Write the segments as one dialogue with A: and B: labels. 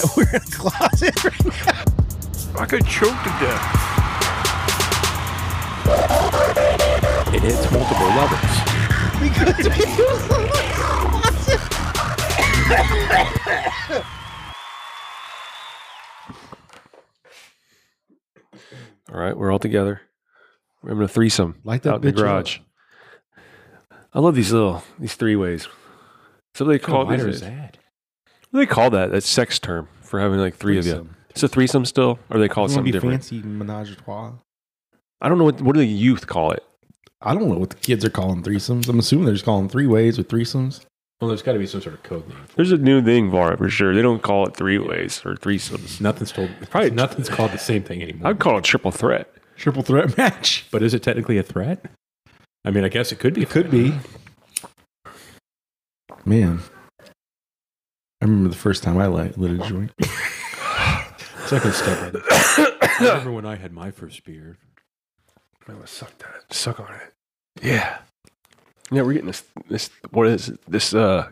A: in the closet right now.
B: I could choke to death.
C: It hits multiple levels.
A: We could be in the closet.
C: All right, we're all together. We're having a threesome
D: Light that
C: out in the
D: bitch up.
C: garage. I love these little these three ways. So they call
D: What
C: these
D: lighter
C: days.
D: is that?
C: What do they call that? That sex term for having like three of you.
D: Threesome.
C: It's a threesome still, or they call it
D: You wanna
C: something
D: be
C: different.
D: fancy menage a trois?
C: I don't know what what do the youth call it.
D: I don't know what the kids are calling threesomes. I'm assuming they're just calling three ways or threesomes.
E: Well, there's got to be some sort of code name.
C: There's a new thing for it for sure. They don't call it three ways or threesomes.
E: Nothing's told.
C: Probably-
E: nothing's called the same thing anymore.
C: I'd call it triple threat.
D: Triple threat match.
E: but is it technically a threat? I mean, I guess it could be. It could be.
D: Man. I remember the first time I lit, lit a joint.
E: Second step. brother. I remember when I had my first beer.
C: Man, let's suck that. Suck on it. Yeah. Yeah, we're getting this. This what is it? this? Uh,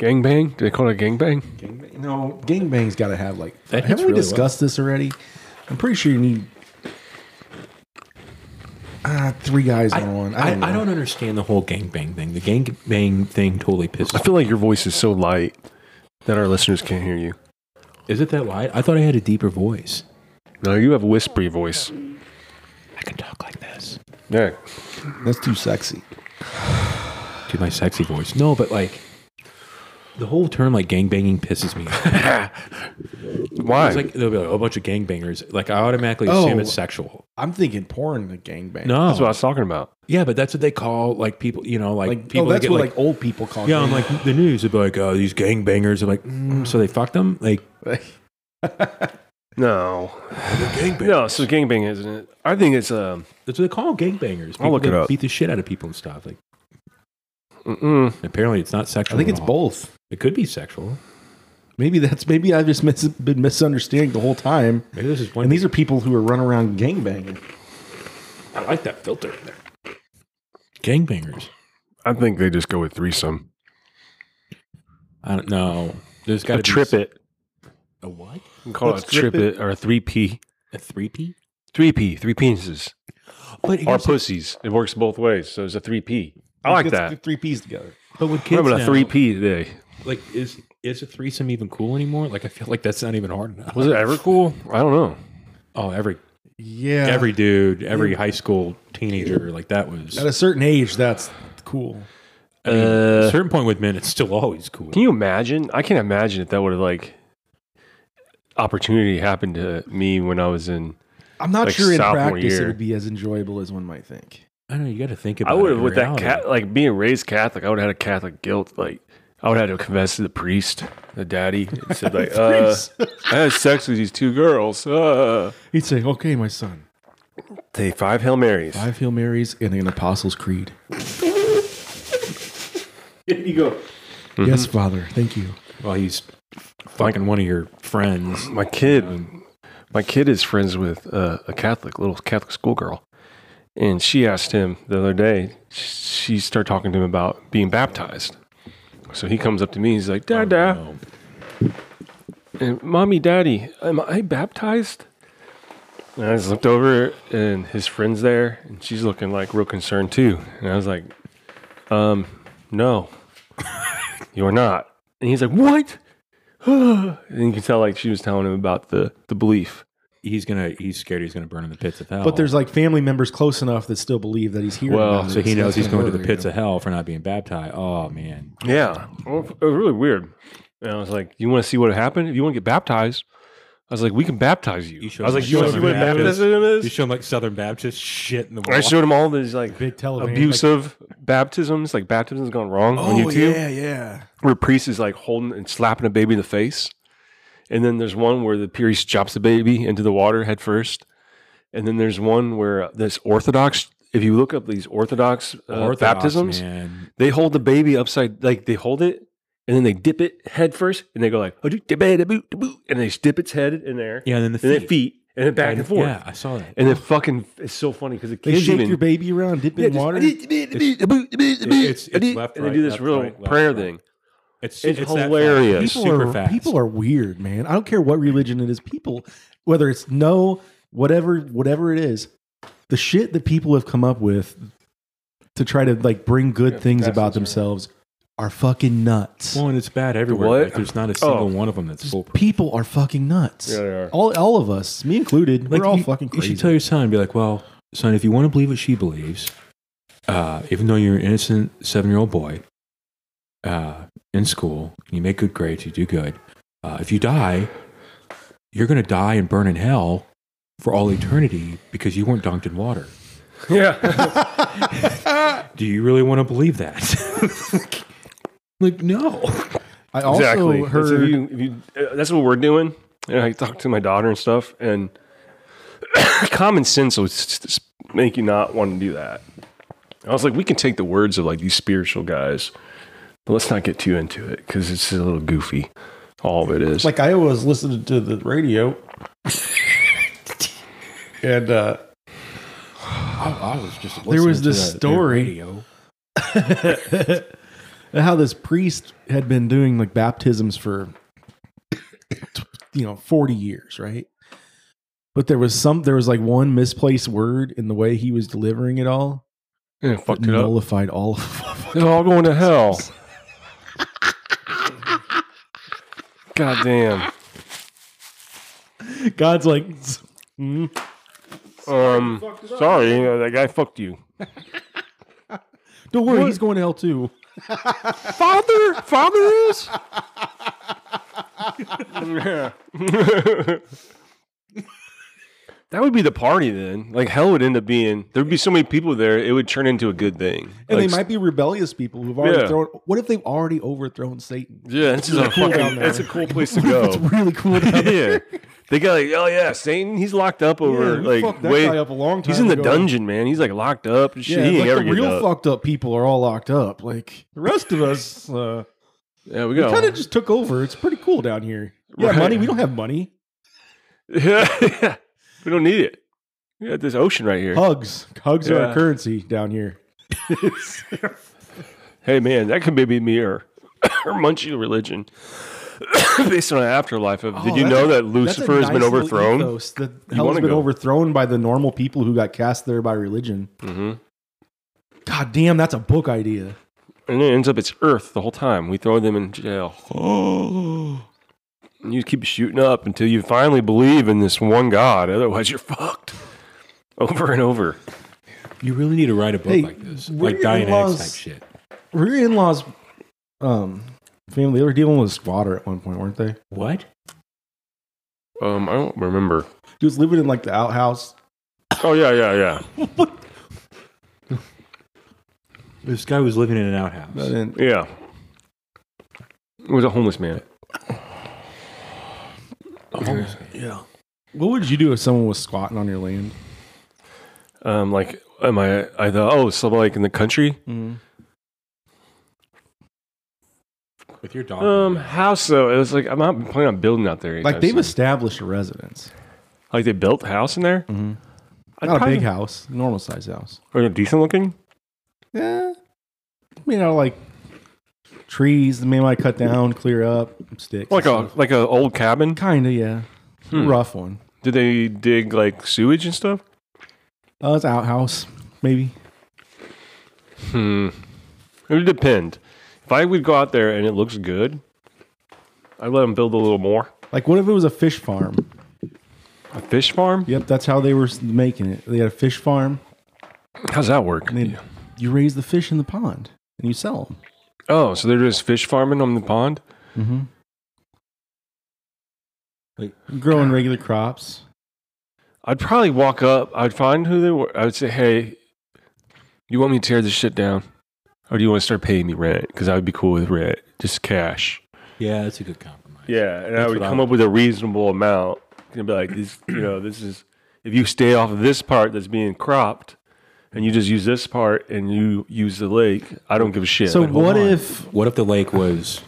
C: gangbang? Do they call it a gangbang?
D: Gangbang? No, gangbang's got to have like.
E: That hits
D: haven't we
E: really
D: discussed this already? I'm pretty sure you need uh, three guys on one.
E: I,
D: I don't, know.
E: I don't understand the whole gangbang thing. The gangbang thing totally pissed
C: I
E: me.
C: feel like your voice is so light that our listeners can't hear you.
E: Is it that light? I thought I had a deeper voice.
C: No, you have a whispery voice.
E: I can talk like this.
C: Yeah.
D: That's too sexy.
E: To my sexy voice. No, but like the whole term like gangbanging pisses me. off.
C: Why?
E: It's like there'll be like, a bunch of gangbangers. Like I automatically
D: Oh.
E: assume it's sexual.
D: I'm thinking porn the gangbang.
E: No.
C: That's what I was talking about.
E: yeah, but that's what they call like people, you know, like,
D: like
E: people
D: oh, that's
E: that get
D: what
E: like,
D: like, old people call.
E: Yeah, I'm like the news would be like, oh, these gangbangers are like, mm, so they fucked them. Like,
D: like
C: No. Gangbang. No, so gangbang isn't it? I think it's um.
E: that's what they call gangbangers. People
C: I'll look it
E: that
C: up.
E: Beat the shit out of people and stuff. Like,
C: Mm-mm.
E: apparently, it's not
D: I
E: sexual.
D: think
E: at
D: it's
E: all.
D: both.
E: It could be sexual.
D: Maybe that's maybe I've just mis- been misunderstanding the whole time.
E: Maybe this is one.
D: And these are people who are running around gangbanging.
E: I like that filter in there. Gangbangers.
C: I think they just go with threesome.
E: I don't know. There's got
C: A
E: to be
C: trip
E: s-
C: it.
E: A what?
C: We call
D: Let's
C: it a trip
D: trip
C: it. or a three P.
E: A three P?
C: Three P. Three penises.
E: But
C: Or
E: here's the-
C: pussies. It works both ways. So it's a three P. I like
D: Let's
C: that.
D: get Three P's together.
E: but with kids
C: We're having
E: now,
C: a three P today.
E: Like, is is a threesome even cool anymore? Like, I feel like that's not even hard enough.
C: Was it ever cool? I don't know.
E: Oh, every
D: Yeah.
E: every dude, every high school teenager, like that was.
D: at a certain age, that's cool.
E: I mean, at
C: Uh,
E: a certain point with men, it's still always cool.
C: Can you imagine? I can't imagine if that would have like opportunity happened to me when I was in.
D: I'm not
C: Like,
D: sure in
C: sophomore
D: practice it
C: year.
D: would be as enjoyable as one might think.
E: I know you got to think about.
C: I would
E: it
C: have
E: in
C: with that
E: reality.
C: cat like being raised Catholic. I would have had a Catholic guilt. Like I would have had to confess to the priest, the daddy, and said like, uh, I had sex with these two girls. Uh.
D: He'd say, "Okay, my son,
C: Say five Hail Marys.
D: five Hail Marys and an Apostles' Creed." you
E: Mm-hmm.
D: go. Yes, Father. Thank you.
E: Well, he's fucking one of your friends.
C: My kid, my kid is friends with uh, a Catholic little Catholic schoolgirl, and she asked him the other day. She started talking to him about being baptized. So he comes up to me. He's like, "Dad, dad,
E: No.
C: and mommy, daddy, am I baptized? And I just looked over and his friend's there and she's looking like real concerned too. And I was like, um, no, you're not. And he's like, what? and you can tell like she was telling him about the, the belief.
E: He's gonna. He's scared. He's gonna burn in the pits of hell.
D: But there's like family members close enough that still believe that he's here.
C: Well,
D: about it,
E: so he knows
D: that's
E: he's
D: gonna
E: going to the
D: work,
E: pits
D: you
E: of hell for not being baptized. Oh man,
C: Yeah. Well, It was really weird. And I was like, you want to see what happened? If you want to get baptized, I was like, we can baptize you.
E: You show
C: I was like,
E: them
C: you want to
E: Southern
C: see what
E: Baptist.
C: baptism is?
E: you show him like Southern Baptist shit in the
C: I
E: wall.
C: showed him all these like
D: Big television,
C: abusive baptisms, like baptisms gone wrong on
D: know? Oh
C: YouTube,
D: yeah, yeah.
C: where a priest is like holding and slapping a baby in the face, and then there's one where the priest drops the baby into the water head first, and then there's one where this Orthodox. If you look up these Orthodox, uh,
E: Orthodox,
C: baptisms,
E: man.
C: they hold the baby upside, like they hold it, and then they dip it head first, and they go like, "Oh, do- dip it, da-boo, da-boo," and they dip its head in there,
E: Yeah, and then the
C: and
E: feet.
C: then feet, and then back and, forth,
E: Yeah, I saw that.
C: and then fucking, it's so funny because the
D: They
C: kids
D: shake
C: even
D: your baby around, dip it in water.
C: it's,
E: it's-
C: it's
E: it's
C: and they do
E: left,
C: this
E: right,
C: real
E: left,
C: prayer
E: right,
C: thing.
E: It's,
C: It's
E: that-
C: hilarious.
E: it's
C: People
E: super
D: are,
E: fast.
D: People are weird, man. I don't care what religion it is. People, whether it's no, whatever, whatever it is, the shit that people have come up with to try to like bring good
C: Yeah,
D: things
C: that's
D: about
C: what's wrong.
D: themselves are fucking nuts.
E: Well, and it's bad everywhere.
C: What?
E: Like, there's not a single
C: Oh.
E: one of them that's foolproof.
D: people are fucking nuts.
C: Yeah, they are.
D: All, all of us, me included,
E: Like,
D: we're all
E: you,
D: fucking
E: You
D: crazy.
E: should tell your son, be like, well, son, if you want to believe what she believes, uh, even though you're an innocent seven year old boy uh, in school, you make good grades, you do good. Uh, if you die, you're going to die and burn in hell for all eternity because you weren't dunked in water.
C: Yeah.
E: Do you really want to believe that? like, no.
D: I also
C: exactly. That's
D: heard
C: if you- if you- uh, that's what we're doing. And I talk to my daughter and stuff, and common sense would s- s- make you not want to do that. I was like, we can take the words of like these spiritual guys, but let's not get too into it because it's a little goofy. All of it is.
D: like I was listening to the radio, and uh,
E: I, was just
D: There was listening to this the- the story. how this priest had been doing like baptisms for you know 40 years right but there was some there was like one misplaced word in the way he was delivering it all
C: yeah,
D: that
C: fucked it up.
D: nullified all of
C: They're all going to hell. God damn.
D: god's like
C: Um, sorry, uh, that guy fucked you.
D: don't worry he's going to hell too
C: father father is yeah. that would be the party then like hell would end up being there would be so many people there it would turn into a good thing
D: and
C: Like,
D: they might be rebellious people who've already
C: Yeah.
D: thrown what if they've already overthrown satan
C: yeah this is a
D: cool down
C: fucking
D: there.
C: that's a cool place to
D: it's
C: go
D: really cool down there.
C: yeah they got like oh yeah satan he's locked up over
D: we
C: like
D: fucked that
C: way
D: guy up a long
C: he's
D: time
C: in the
D: ago.
C: dungeon man he's like locked up and shit
D: yeah
C: he ain't
D: like
C: ever
D: the
C: getting
D: real
C: up
D: fucked up people are all locked up like the rest of us uh
C: yeah we
D: kind
C: go
D: of just took over. It's pretty cool down here. Yeah,
C: Right.
D: money. We don't have money.
C: yeah we don't need it we got this ocean right here
D: Hugs. Hugs are
C: Yeah.
D: our currency down here.
C: Hey man, that could maybe be her, her munchie religion based on an afterlife of. did
D: Oh,
C: you
D: that's
C: know
D: a-
C: that
D: that's a
C: Lucifer has
D: nice
C: been
D: little
C: overthrown?
D: ethos that hell has
C: wanna
D: been
C: go.
D: overthrown by the normal people who got cast there by religion.
C: hmm
D: God damn, that's a book idea.
C: And it ends up it's Earth the whole time. We throw them in jail. and you keep shooting up until you finally believe in this one God. Otherwise, you're fucked over and over.
E: You really need to write a book
D: Hey,
E: like this,
D: where
E: like
D: your
E: Diane X
D: in-laws-
E: type shit.
D: Were your in-laws, um, family? They were dealing with a squatter at one point, weren't they?
E: What?
C: Um, I don't remember.
D: He was living in like the outhouse.
C: Oh yeah, yeah, yeah,
E: This guy was living in an outhouse.
D: But then
C: yeah. It was a homeless man.
D: what would you do if someone was squatting on your land?
C: Um, like, am I? I thought, oh, so like in the country.
D: Mm-hmm.
E: With your dog.
C: Um, how so? It was like I'm not planning on building out there.
D: Oh, Like
C: anytime
D: they've
C: soon.
D: established a residence,
C: Like they built a house in there?
D: Mhm.
C: I'd
D: not a
C: probably-
D: big house, normal size house.
C: Or a decent looking?
D: Yeah. You know, like trees that may might cut down, clear up, sticks.
C: Like a like a old cabin?
D: kind of, yeah.
C: Hmm.
D: Rough one.
C: Did they dig like sewage and stuff?
D: Uh, it's outhouse, maybe.
C: Hmm. It would depend. If I would go out there and it looks good, I'd let them build a little more.
D: Like, what if it was a fish farm?
C: A fish farm?
D: Yep, that's how they were s- making it. They had a fish farm,
C: How's that work?
D: and then you raise the fish in the pond and you sell them.
C: Oh, so they're just fish farming on the pond? Mm-hmm.
D: Growing regular crops.
C: I'd probably walk up. I'd find who they were. I would say, "Hey, you want me to tear this shit down, or do you want to start paying me rent? Because I would be cool with rent, just cash."
E: yeah, that's a good compromise.
C: Yeah, and I
E: That's
C: would
E: what I
C: come up with a reasonable amount and be like, "This, you know, this is if you stay off of this part that's being cropped, and you just use this part and you use the lake, I don't give a shit.
D: so,
E: Hold
D: what
E: on.
D: if
E: What if the lake was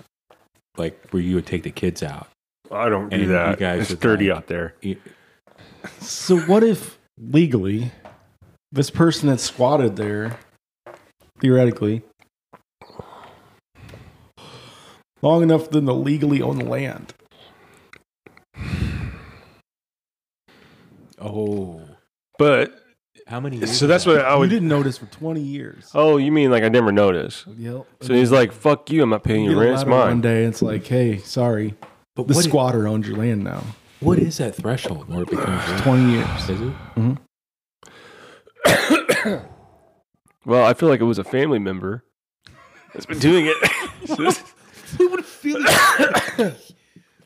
E: like where you would take the kids out?
C: I don't do
E: And you
C: that.
E: guys
C: it's
E: would
C: dirty
E: like-
C: out there.
E: You-
D: So what if legally this person that squatted there theoretically long enough for them to legally own the land.
E: Oh,
C: But
E: how many?
C: so that's what I
D: Oh, you
C: would.
D: didn't notice for 20 years.
C: Oh, you mean like I never noticed?
D: Yep.
C: Oh. So he's like, "Fuck you! I'm not paying
D: You
C: your
D: get a
C: rent. It's
D: letter One
C: mine."
D: day it's like, hey, sorry,
E: But
D: the
E: what i-
D: squatter owns your land now.
E: what is that threshold where it becomes
D: 20 years.
E: Is it?
C: Well, I feel like it was a family member that's been doing it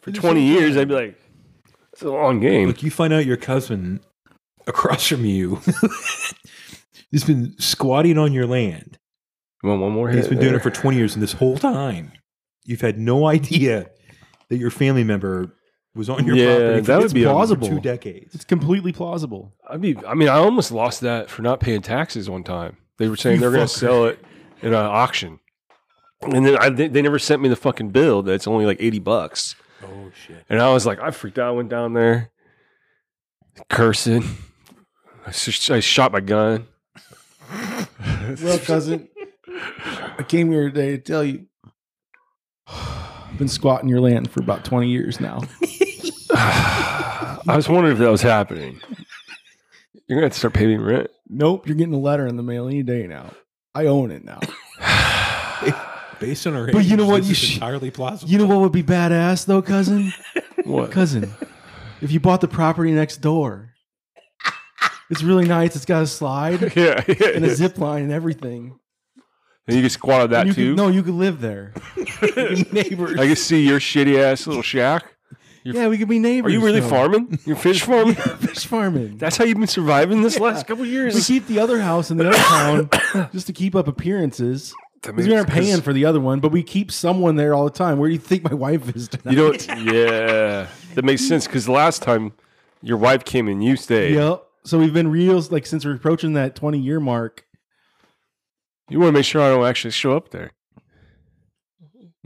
C: for 20 years. I'd be like, "It's a long game."
E: Look, you find out your cousin across from you has been squatting on your land.
C: You want one more?
E: He's
C: hit
E: been doing
C: there?
E: it for 20 years, and this whole time, you've had no idea that your family member was on your
C: Yeah,
E: property.
C: that would
E: it's
C: be
D: plausible.
E: plausible. Two decades.
D: It's completely plausible.
C: I mean, I mean, I almost lost that for not paying taxes one time. They were saying
E: You
C: they're going
E: fucker.
C: to sell it in an auction, and then I, they, they never sent me the fucking bill. That's only like eighty bucks,
E: Oh shit!
C: and I was like, I freaked out. I went down there, cursing. I, s- I shot my gun.
D: Well, cousin, I came here today to tell you. I've been squatting your land for about 20 years now.
C: I was wondering if that was happening. You're gonna have to start paying me rent.
D: Nope, you're getting a letter in the mail any day now. I own it now.
E: Based on our,
D: But you know
E: ages,
D: what?
E: this
D: You
E: is
D: should-
E: entirely plausible.
D: You know what would be badass though, cousin?
C: What?
D: Cousin, if you bought the property next door, it's really nice. It's got a slide
C: Yeah, yeah.
D: and a zip line and everything.
C: And you can squat on that
D: And you
C: too.
D: could, no, you could live there. You could be neighbors.
C: I can see your shitty ass little shack.
D: yeah, we could be neighbors.
C: Are you really
D: though.
C: farming? You're fish farming?
D: Fish farming.
C: That's how you've been surviving this last couple
D: we
C: years.
D: keep the other house in the other town just to keep up appearances. Because we aren't paying for the other one, but we keep someone there all the time. Where do you think my wife is tonight?
C: You don't. Yeah, that makes sense. Because last time your wife came and you stayed.
D: Yep. So we've been real like since we're approaching that twenty year mark.
C: You want to make sure I don't actually show up there.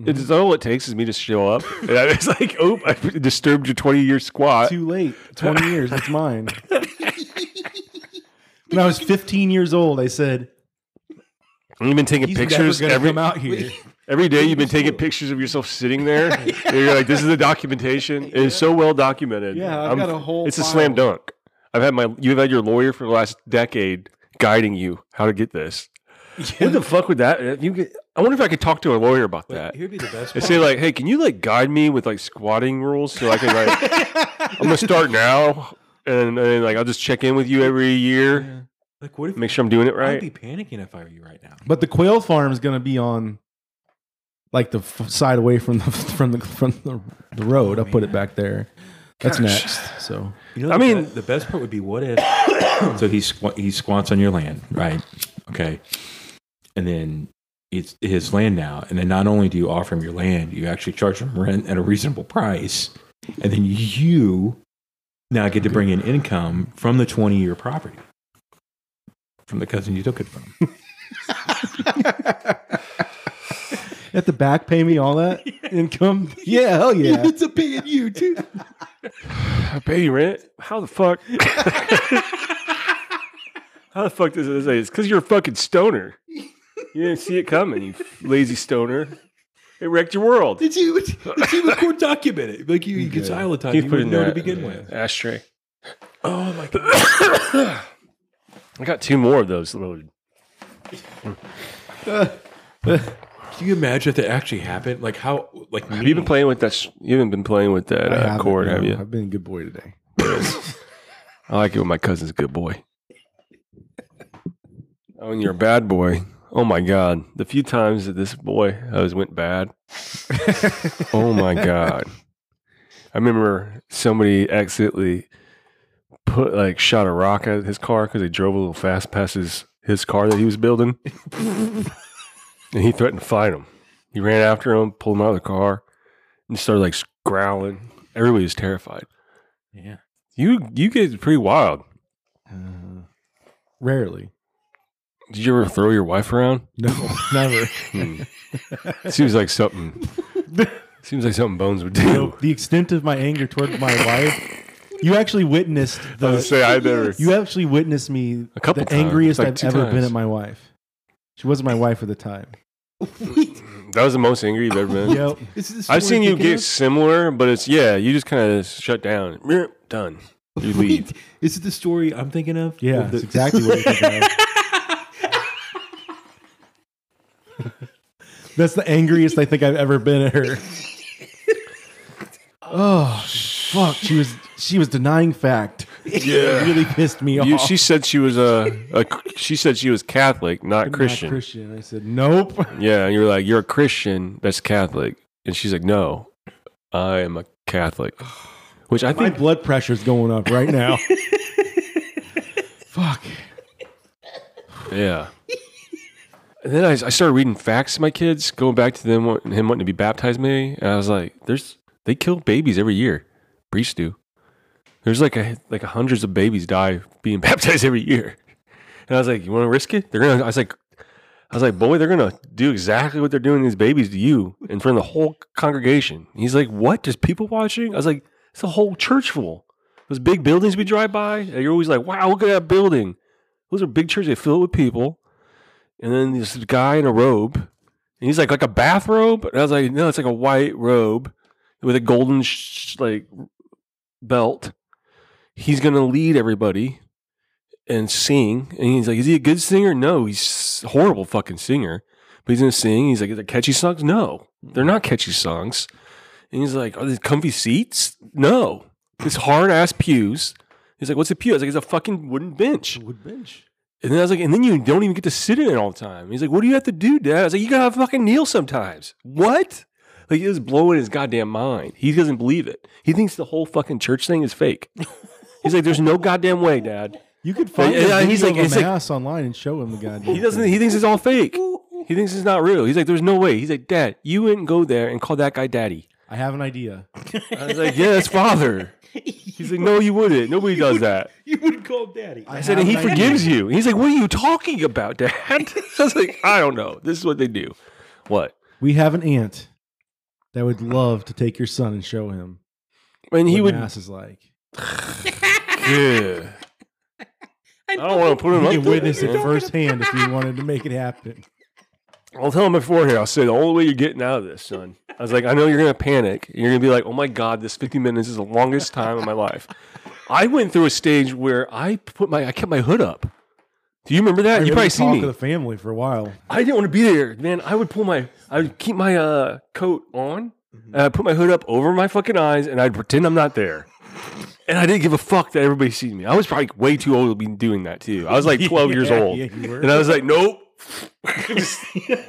D: Mm-hmm.
C: It's all it takes is me to show up. And I was like, "Oh, I disturbed your twenty-year squat."
D: Too late. Twenty years. It's mine. when I was fifteen years old, I said
C: And You've been taking
D: He's
C: pictures
D: never gonna
C: every
D: come out here.
C: every day. You've been taking pictures of yourself sitting there. And You're like, "This is the documentation. It is so well documented."
D: Yeah, I've got a whole
C: It's a
D: file.
C: slam dunk. I've had my. You've had your lawyer for the last decade guiding you how to get this. What the fuck would that? if You get, I wonder if I could talk to a lawyer about that.
E: Here'd be the best.
C: And say like, "Hey, can you like guide me with like squatting rules so I can like, I'm gonna start now." And, and like I'll just check in with you every year,
E: Like, what if
C: make sure I'm doing it
E: I'd
C: right.
E: be panicking if I were you right now.
D: But the quail farm is going to be on like the f- side away from the from the from the, the road. I'll put it back there. That's next. So
E: You know,
C: I
E: the
C: mean-
E: be- the best part would be what if? so he squ- he squats on your land, right? Okay, and then it's his land now, and then not only do you offer him your land, you actually charge him rent at a reasonable price, and then you now get to bring in income from the twenty year property from the cousin you took it from.
D: at the back, pay me all that income. Yeah, hell yeah.
E: a paying you too.
C: I pay you rent. How the fuck? How the fuck does it say? It's because you're a fucking stoner. You didn't see it coming, you lazy stoner. It wrecked your world.
E: Did you? Did you record document it? Like you, you could silent time. You,
C: Keith
E: wouldn't know to
C: that
E: begin
C: in the
E: with.
C: Ashtray.
E: Oh my god!
C: I got two more of those. Little,
E: Can you imagine if that actually happened? Like how? Like
C: have you been playing with that? sh- You haven't been playing with that
D: I
C: uh,
D: haven't,
C: cord,
D: no.
C: have you?
D: I've been a good boy today.
C: I like it when my cousin's a good boy. Oh, and you're a bad boy. Oh my god. The few times that this boy always went bad. oh my god. I remember somebody accidentally put like shot a rock at his car because he drove a little fast past his, his car that he was building. and he threatened to fight him. He ran after him, pulled him out of the car, and started like growling. Everybody was terrified.
E: Yeah.
C: You you get pretty wild.
D: Uh, Rarely.
C: Did you ever throw your wife around?
D: No, never.
C: Hmm. seems like something. Seems like something Bones would do.
D: the extent of my anger toward my wife. You actually witnessed
C: I was
D: the.
C: gonna say I never.
D: You actually witnessed me
C: A couple
D: the
C: times,
D: angriest
C: like
D: I've
C: two
D: ever been
C: times.
D: at my wife. She wasn't my wife at the time.
C: That was the most angry you've ever been.
D: Yep.
C: I've seen you get similar, but it's yeah, you just kind of shut down. Meh, Done. You leave.
E: Is it the story I'm thinking of?
D: Yeah,
E: Of
D: that's
E: the-
D: exactly what you're thinking of. That's the angriest I think I've ever been at her. Oh fuck! She was she was denying fact.
C: Yeah.
D: It really pissed me off.
C: You, she said she was a, a. She said she was Catholic, not
D: Not
C: Christian.
D: Christian. I said nope.
C: Yeah, and you're like, you're a Christian that's Catholic, and she's like, no, I am a Catholic, which I
D: My
C: think
D: blood pressure's going up right now. fuck.
C: Yeah. And then I, I started reading facts to my kids, going back to them wa- him wanting to be baptized, maybe. And I was like, "There's they kill babies every year. Priests do. There's like a like hundreds of babies die being baptized every year." And I was like, "You want to risk it? They're gonna." I was like, "I was like, boy, they're gonna do exactly what they're doing to these babies to you in front of the whole congregation." And he's like, "What? There's people watching?" I was like, "It's a whole church full. Those big buildings we drive by. and you're always like, wow, look at that building." Those are big churches. They fill it with people. And then this guy in a robe. And he's like, like a bathrobe? And I was like, no, it's like a white robe with a golden sh- like belt. He's going to lead everybody and sing. And he's like, is he a good singer? No, he's a horrible fucking singer. But he's going to sing. He's like, is it catchy songs? No, they're not catchy songs. And he's like, are these comfy seats? No. It's hard ass pews. He's like, what's a pew? I was like, it's a fucking wooden bench.
E: wood bench.
C: And then I was like, and then you don't even get to sit in it all the time. He's like, what do you have to do, Dad? I was like, you gotta fucking kneel sometimes. What? Like it was blowing his goddamn mind. He doesn't believe it. He thinks the whole fucking church thing is fake. He's like, there's no goddamn way, Dad.
D: You could find
C: And-
D: a
C: and
D: he's
C: he's
D: like,
C: like-
D: of a
C: it's like-
D: mass online and show him the goddamn.
C: He doesn't. He thinks it's all fake. He thinks it's not real. He's like, there's no way. He's like, Dad, you wouldn't go there and call that guy Daddy.
D: I have an idea.
C: I was like, yeah, that's Father. He's like, no, you wouldn't. Nobody does that.
E: You would call daddy.
C: I said, and he forgives you. He's like, what are you talking about, Dad? I was like, I don't know. This is what they do. What?
D: We have an aunt that would love to take your son and show him
C: And he
D: what
C: would.
D: mass is like.
C: Yeah. I don't want to put him
D: You
C: up
D: can
C: there,
D: witness it
C: man.
D: firsthand if you wanted to make it happen.
C: I'll tell him beforehand. I'll say the only way you're getting out of this, son. I was like, I know you're gonna panic. You're gonna be like, oh my god, this 50 minutes is the longest time of my life. I went through a stage where I put my I kept my hood up. Do you remember that? You probably see
D: talk
C: me.
D: to the family for a while.
C: I didn't want to be there, man. I would pull my, I would keep my uh, coat on,
D: Mm-hmm.
C: and I put my hood up over my fucking eyes, and I'd pretend I'm not there. And I didn't give a fuck that everybody sees me. I was probably way too old to be doing that too. I was like 12 years
D: Yeah,
C: old,
D: yeah, you were.
C: and I was like, nope.
E: Wait,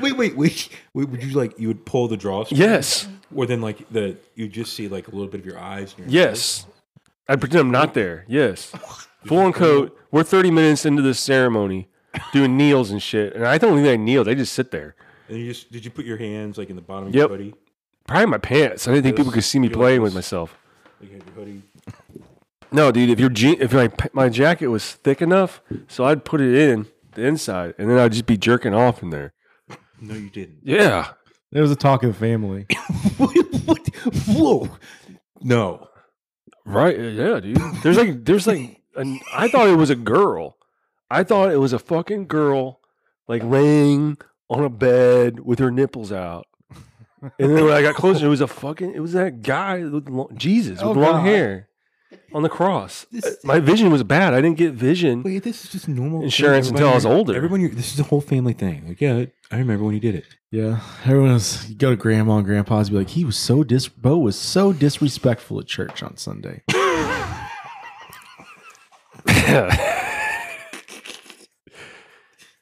E: wait, wait, wait. Would you like you would pull the drawstring?
C: yes,
E: Or then like the you just see like a little bit of your eyes. And your
C: yes. I pretend I'm not there. Yes, full on coat. We're 30 minutes into this ceremony, doing kneels and shit, and I don't think I kneeled. I just sit there.
E: And you just did you put your hands like in the bottom of
C: Yep.
E: your hoodie?
C: Probably my pants. I didn't think people could see me
E: You're like
C: playing with
E: this.
C: myself.
E: Like you had your hoodie.
C: No, dude. If your je- if my my jacket was thick enough, so I'd put it in the inside, and then I'd just be jerking off in there.
E: No, you didn't.
C: Yeah,
D: There was a talk of the family.
E: what? Whoa. No.
C: right. Yeah, dude. There's like there's like an, I thought it was a girl. I thought it was a fucking girl, like laying on a bed with her nipples out. And then when I got closer, it was a fucking it was that guy with long, Jesus with
D: Oh,
C: long
D: God.
C: hair on the cross. Uh,
E: This-
C: My vision was bad. I didn't get vision.
E: Wait, this is just normal
C: Insurance
E: thing.
C: until I was
E: Everyone-
C: older.
E: Everyone, you're- this is a whole family thing. Like, yeah, I remember when you did it.
D: Yeah, everyone was. You go to grandma and grandpa's, be like, he was so dis. Bo was so disrespectful at church on Sunday.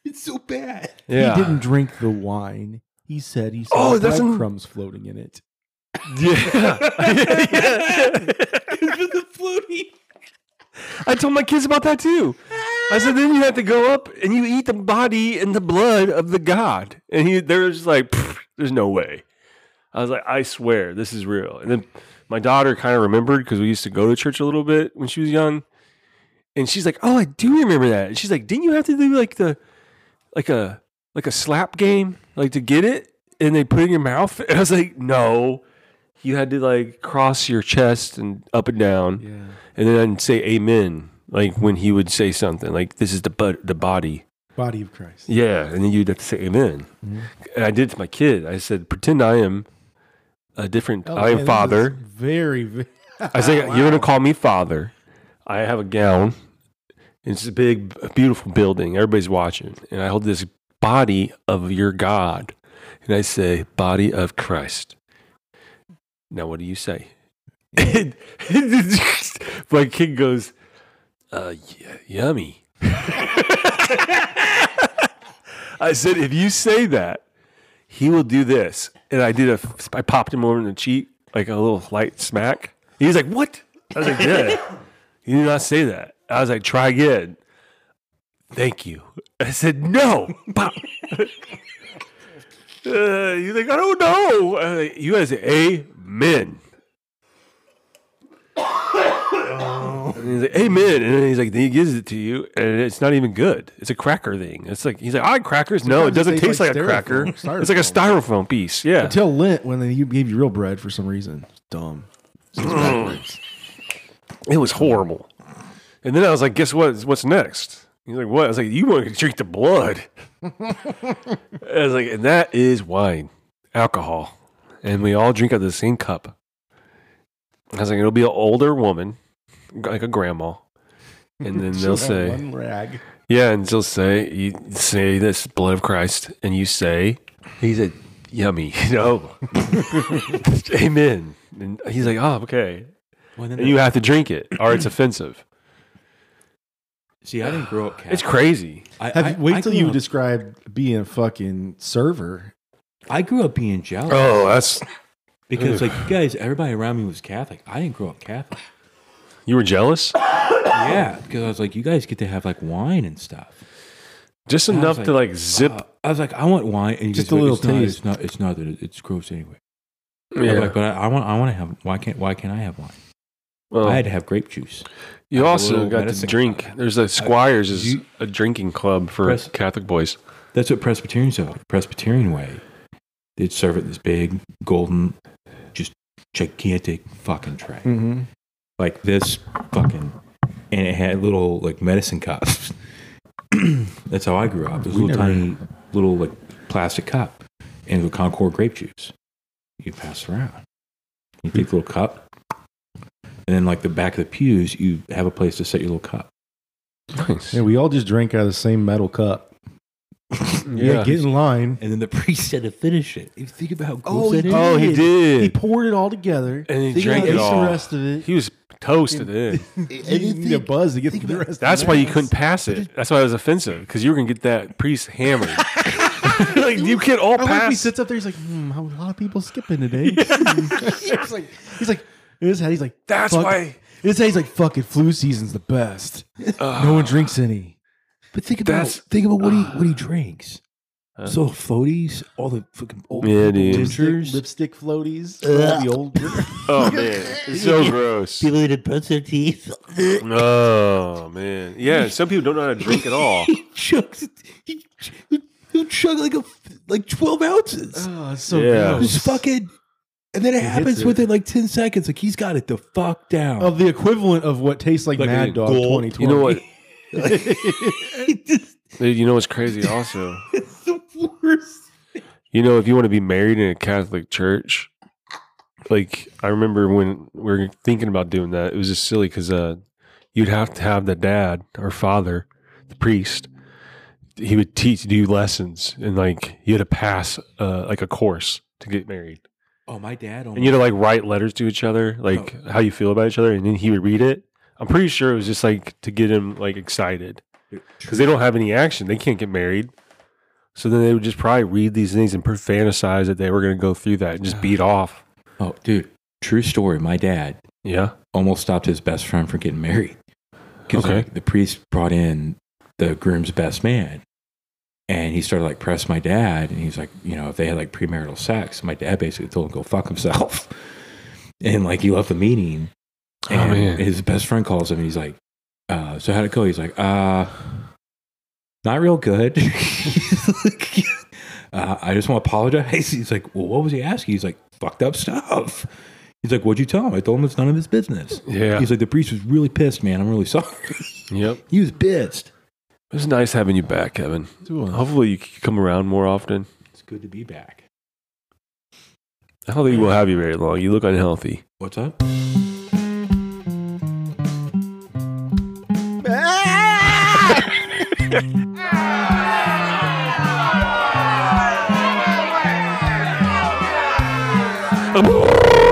E: It's so bad.
C: Yeah.
D: He didn't drink the wine. He said he saw
C: Oh, that's an-
D: breadcrumbs floating in it.
E: the floaty.
C: I told my kids about that too. I said, then you have to go up and you eat the body and the blood of the god. And he, they were just like, "Pfft, there's no way. I was like, I swear, this is real. And then my daughter kind of remembered because we used to go to church a little bit when she was young. And she's like, oh, I do remember that. And she's like, didn't you have to do like the, like a, like a slap game, like to get it? And they put it in your mouth. And I was like, no, you had to like cross your chest and up and down
D: Yeah,
C: and then I'd say amen, like when he would say something, like this is the but the body
D: Body of Christ.
C: Yeah, and then you'd have to say amen.
D: Mm-hmm.
C: And I did it to my kid. I said, pretend I am a different, I am
D: Okay, Oh, this
C: Oh, father.
D: is Very, very.
C: I say, you're going to call me father. I have a gown. It's a big, beautiful building. Everybody's watching. And I hold this body of your God. And I say, body of Christ. Now, what do you say? And My kid goes, uh, y- yummy. I said, if you say that, he will do this. And I did a, I popped him over in the cheek, like a little light smack. He was like, what? I was like, yeah. you did not say that. I was like, try again. Thank you. I said, no. Pop. uh, he's like, I don't know. I was like, you guys, amen. And he's like, amen. And then he's like, then he gives it to you, and it's not even good. It's a cracker thing. It's like, he's like, I like crackers. No, it
D: Sometimes it
C: doesn't
D: tastes
C: taste like,
D: like
C: a cracker.
D: styrofoam,
C: It's like a styrofoam piece. Yeah.
D: Until Lent, when they gave you real bread for some reason. It's dumb. It's backwards.
C: It was horrible. And then I was like, guess what? What's next? He's like, what? I was like, you want to drink the blood. I was like, and that is wine, alcohol. And we all drink out of the same cup. I was like, it'll be an older woman, like a grandma. And then they'll
D: She'll have
C: say,
D: one rag.
C: yeah, and she'll say, you say this blood of Christ. And you say, he said, yummy. No. Amen. And he's like, oh, okay.
E: Well, then
C: And you have to drink it or it's offensive.
E: see, I didn't grow up Catholic.
C: It's crazy.
E: I,
D: Have
E: I-
D: you, wait
E: I
D: till
E: grew
D: you
E: up-
D: describe being a fucking server.
E: I grew up being jealous
C: Oh, that's
E: because, like, you guys, everybody around me was Catholic. I didn't grow up Catholic.
C: you were jealous.
E: yeah, because I was like, you guys get to have like wine and stuff.
C: Just
E: I was
C: enough to
E: like,
C: like zip.
E: Uh, I was like, I want wine, and you
D: Just
E: guys were
D: a
E: like,
D: little
E: it's Not, it's not. It's not that it- it's gross anyway. I was
C: yeah.
E: like, but I, I want. I want to have. Why can't? Why can't I have wine?
C: well,
D: Oh.
E: I had to have grape juice.
C: oh. you
E: have a
C: also
E: little
C: got to
E: medicine
C: drink.
E: cabinet.
C: There's a Squires is
E: you-
C: a drinking club for
E: Press-
C: Catholic boys.
E: That's what Presbyterians do. Presbyterian way. They'd serve it in this big golden, just gigantic fucking tray,
D: Mm-hmm.
E: like this fucking, and it had little like medicine cups. That's how I grew up. This
D: We
E: little
D: never-
E: tiny little like plastic cup, and with Concord grape juice. You pass it around. You take the little cup, and then like the back of the pews, you have a place to set your little cup.
C: Nice.
D: Yeah, we all just drank out of the same metal cup. Yeah, get in line.
E: And then the priest said to finish it. If you think about how gross
D: Oh,
E: that
D: he
E: is.
C: oh, he did.
D: He poured it all together.
C: and he
D: Think
C: drank
D: about
C: it
D: the
C: all.
D: rest of it.
C: He was toasted in.
D: you need a buzz to get through the rest. of
C: That's
D: it.
C: why you couldn't pass it. That's why it was offensive because you were gonna get that priest hammered. like you can't all
D: I like when he
C: pass.
D: sits up there. He's like, hmm, a lot of people skipping today. he's like, he's like, in his head, he's like,
C: That's
D: fuck-
C: why-
D: In his head, he's like, fucking flu season's the best. no one drinks any.
E: But think about
C: That's- uh,
E: think about what he what he drinks. so floaties, all the fucking old
C: Yeah, dude.
E: gingers,
D: lipstick floaties. all the old.
C: Oh man, it's so gross.
F: people that had brush their teeth.
C: Oh man, yeah. Some people don't know how to drink at all.
E: He chugs. He, he chug like a like twelve ounces.
C: Uh,
D: oh, it's so
C: Yeah.
D: gross.
E: Just fucking, and then it
D: hits
E: happens
D: it.
E: within like ten seconds. Like he's got it the fuck down.
C: Oh.
D: of the equivalent of what tastes like,
E: Like
D: Mad
E: a
D: Dog
E: gold-
D: 2020.
C: You know what?
E: He just-
C: Dude, you know what's crazy? Also,
E: it's the worst.
C: You know, if you want to be married in a Catholic church, like I remember when we were thinking about doing that, it was just silly because uh, you'd have to have the dad or father, the priest. He would teach, do lessons, and like you had to pass uh, like a course to get married,
E: Oh, my dad. Oh,
C: and you had to like write letters to each other, like how you feel about each other, and then he would read it. I'm pretty sure it was just like to get him like excited because they don't have any action. They can't get married. So then they would just probably read these things and per- fantasize that they were going to go through that and just beat off.
E: Oh, dude. True story. My dad.
C: Yeah.
E: almost stopped his best friend from getting married. 'Cause,
C: Okay.
E: like, the priest brought in the groom's best man, and he started like press my dad, and he's like, you know, if they had like premarital sex, my dad basically told him go fuck himself, and like he left the meeting,
C: Oh,
E: and
C: man.
E: his best friend calls him, and he's like, uh, so how'd it go? He's like, uh, not real good. uh, I just want to apologize. He's like, well, what was he asking? He's like, fucked up stuff. He's like, what'd you tell him? I told him it's none of his business.
C: Yeah.
E: He's like, the priest was really pissed, man. I'm really sorry.
C: Yep.
E: he was pissed.
C: It was nice having you back, Kevin. Hopefully, you can come around more often.
E: It's good to be back.
C: I don't think we'll have you very long. You look unhealthy.
E: What's up?
A: Ah!